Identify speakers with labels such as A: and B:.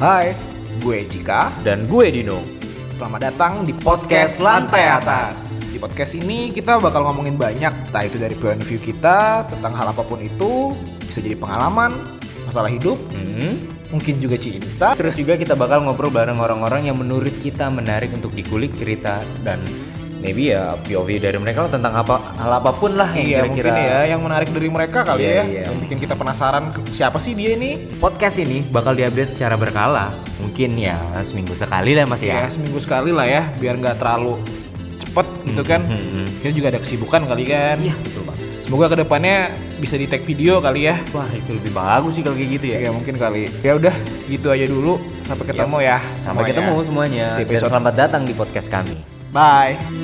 A: Hai, gue Cika.
B: Dan gue Dino.
A: Selamat datang di podcast Lantai Atas. Di podcast ini kita bakal ngomongin banyak, entah itu dari point of view kita tentang hal apapun itu, bisa jadi pengalaman, masalah hidup,
B: Hmm.
A: mungkin juga cinta.
B: Terus juga kita bakal ngobrol bareng orang-orang yang menurut kita menarik untuk dikulik cerita dan maybe ya POV dari mereka lah tentang apa hal apapun lah yang
A: Iya
B: kira-kira.
A: mungkin ya yang menarik dari mereka kali
B: Iya,
A: ya,
B: iya.
A: yang bikin kita penasaran siapa sih dia ini?
B: Podcast ini bakal diupdate secara berkala. Mungkin ya seminggu sekali lah Mas
A: Ya
B: ya.
A: seminggu sekali lah ya, biar nggak terlalu cepet gitu kan.
B: Hmm, hmm.
A: Kita juga ada kesibukan kali kan.
B: Iya, betul Pak.
A: Semoga kedepannya bisa di tag video kali ya.
B: Wah, itu lebih bagus sih kalau kayak gitu ya.
A: Ya mungkin kali. Ya udah segitu aja dulu. Sampai ketemu ya.
B: Iya.
A: semuanya.
B: Sampai ketemu semuanya.
A: Di
B: Dan
A: episode-
B: selamat datang di podcast kami.
A: Bye.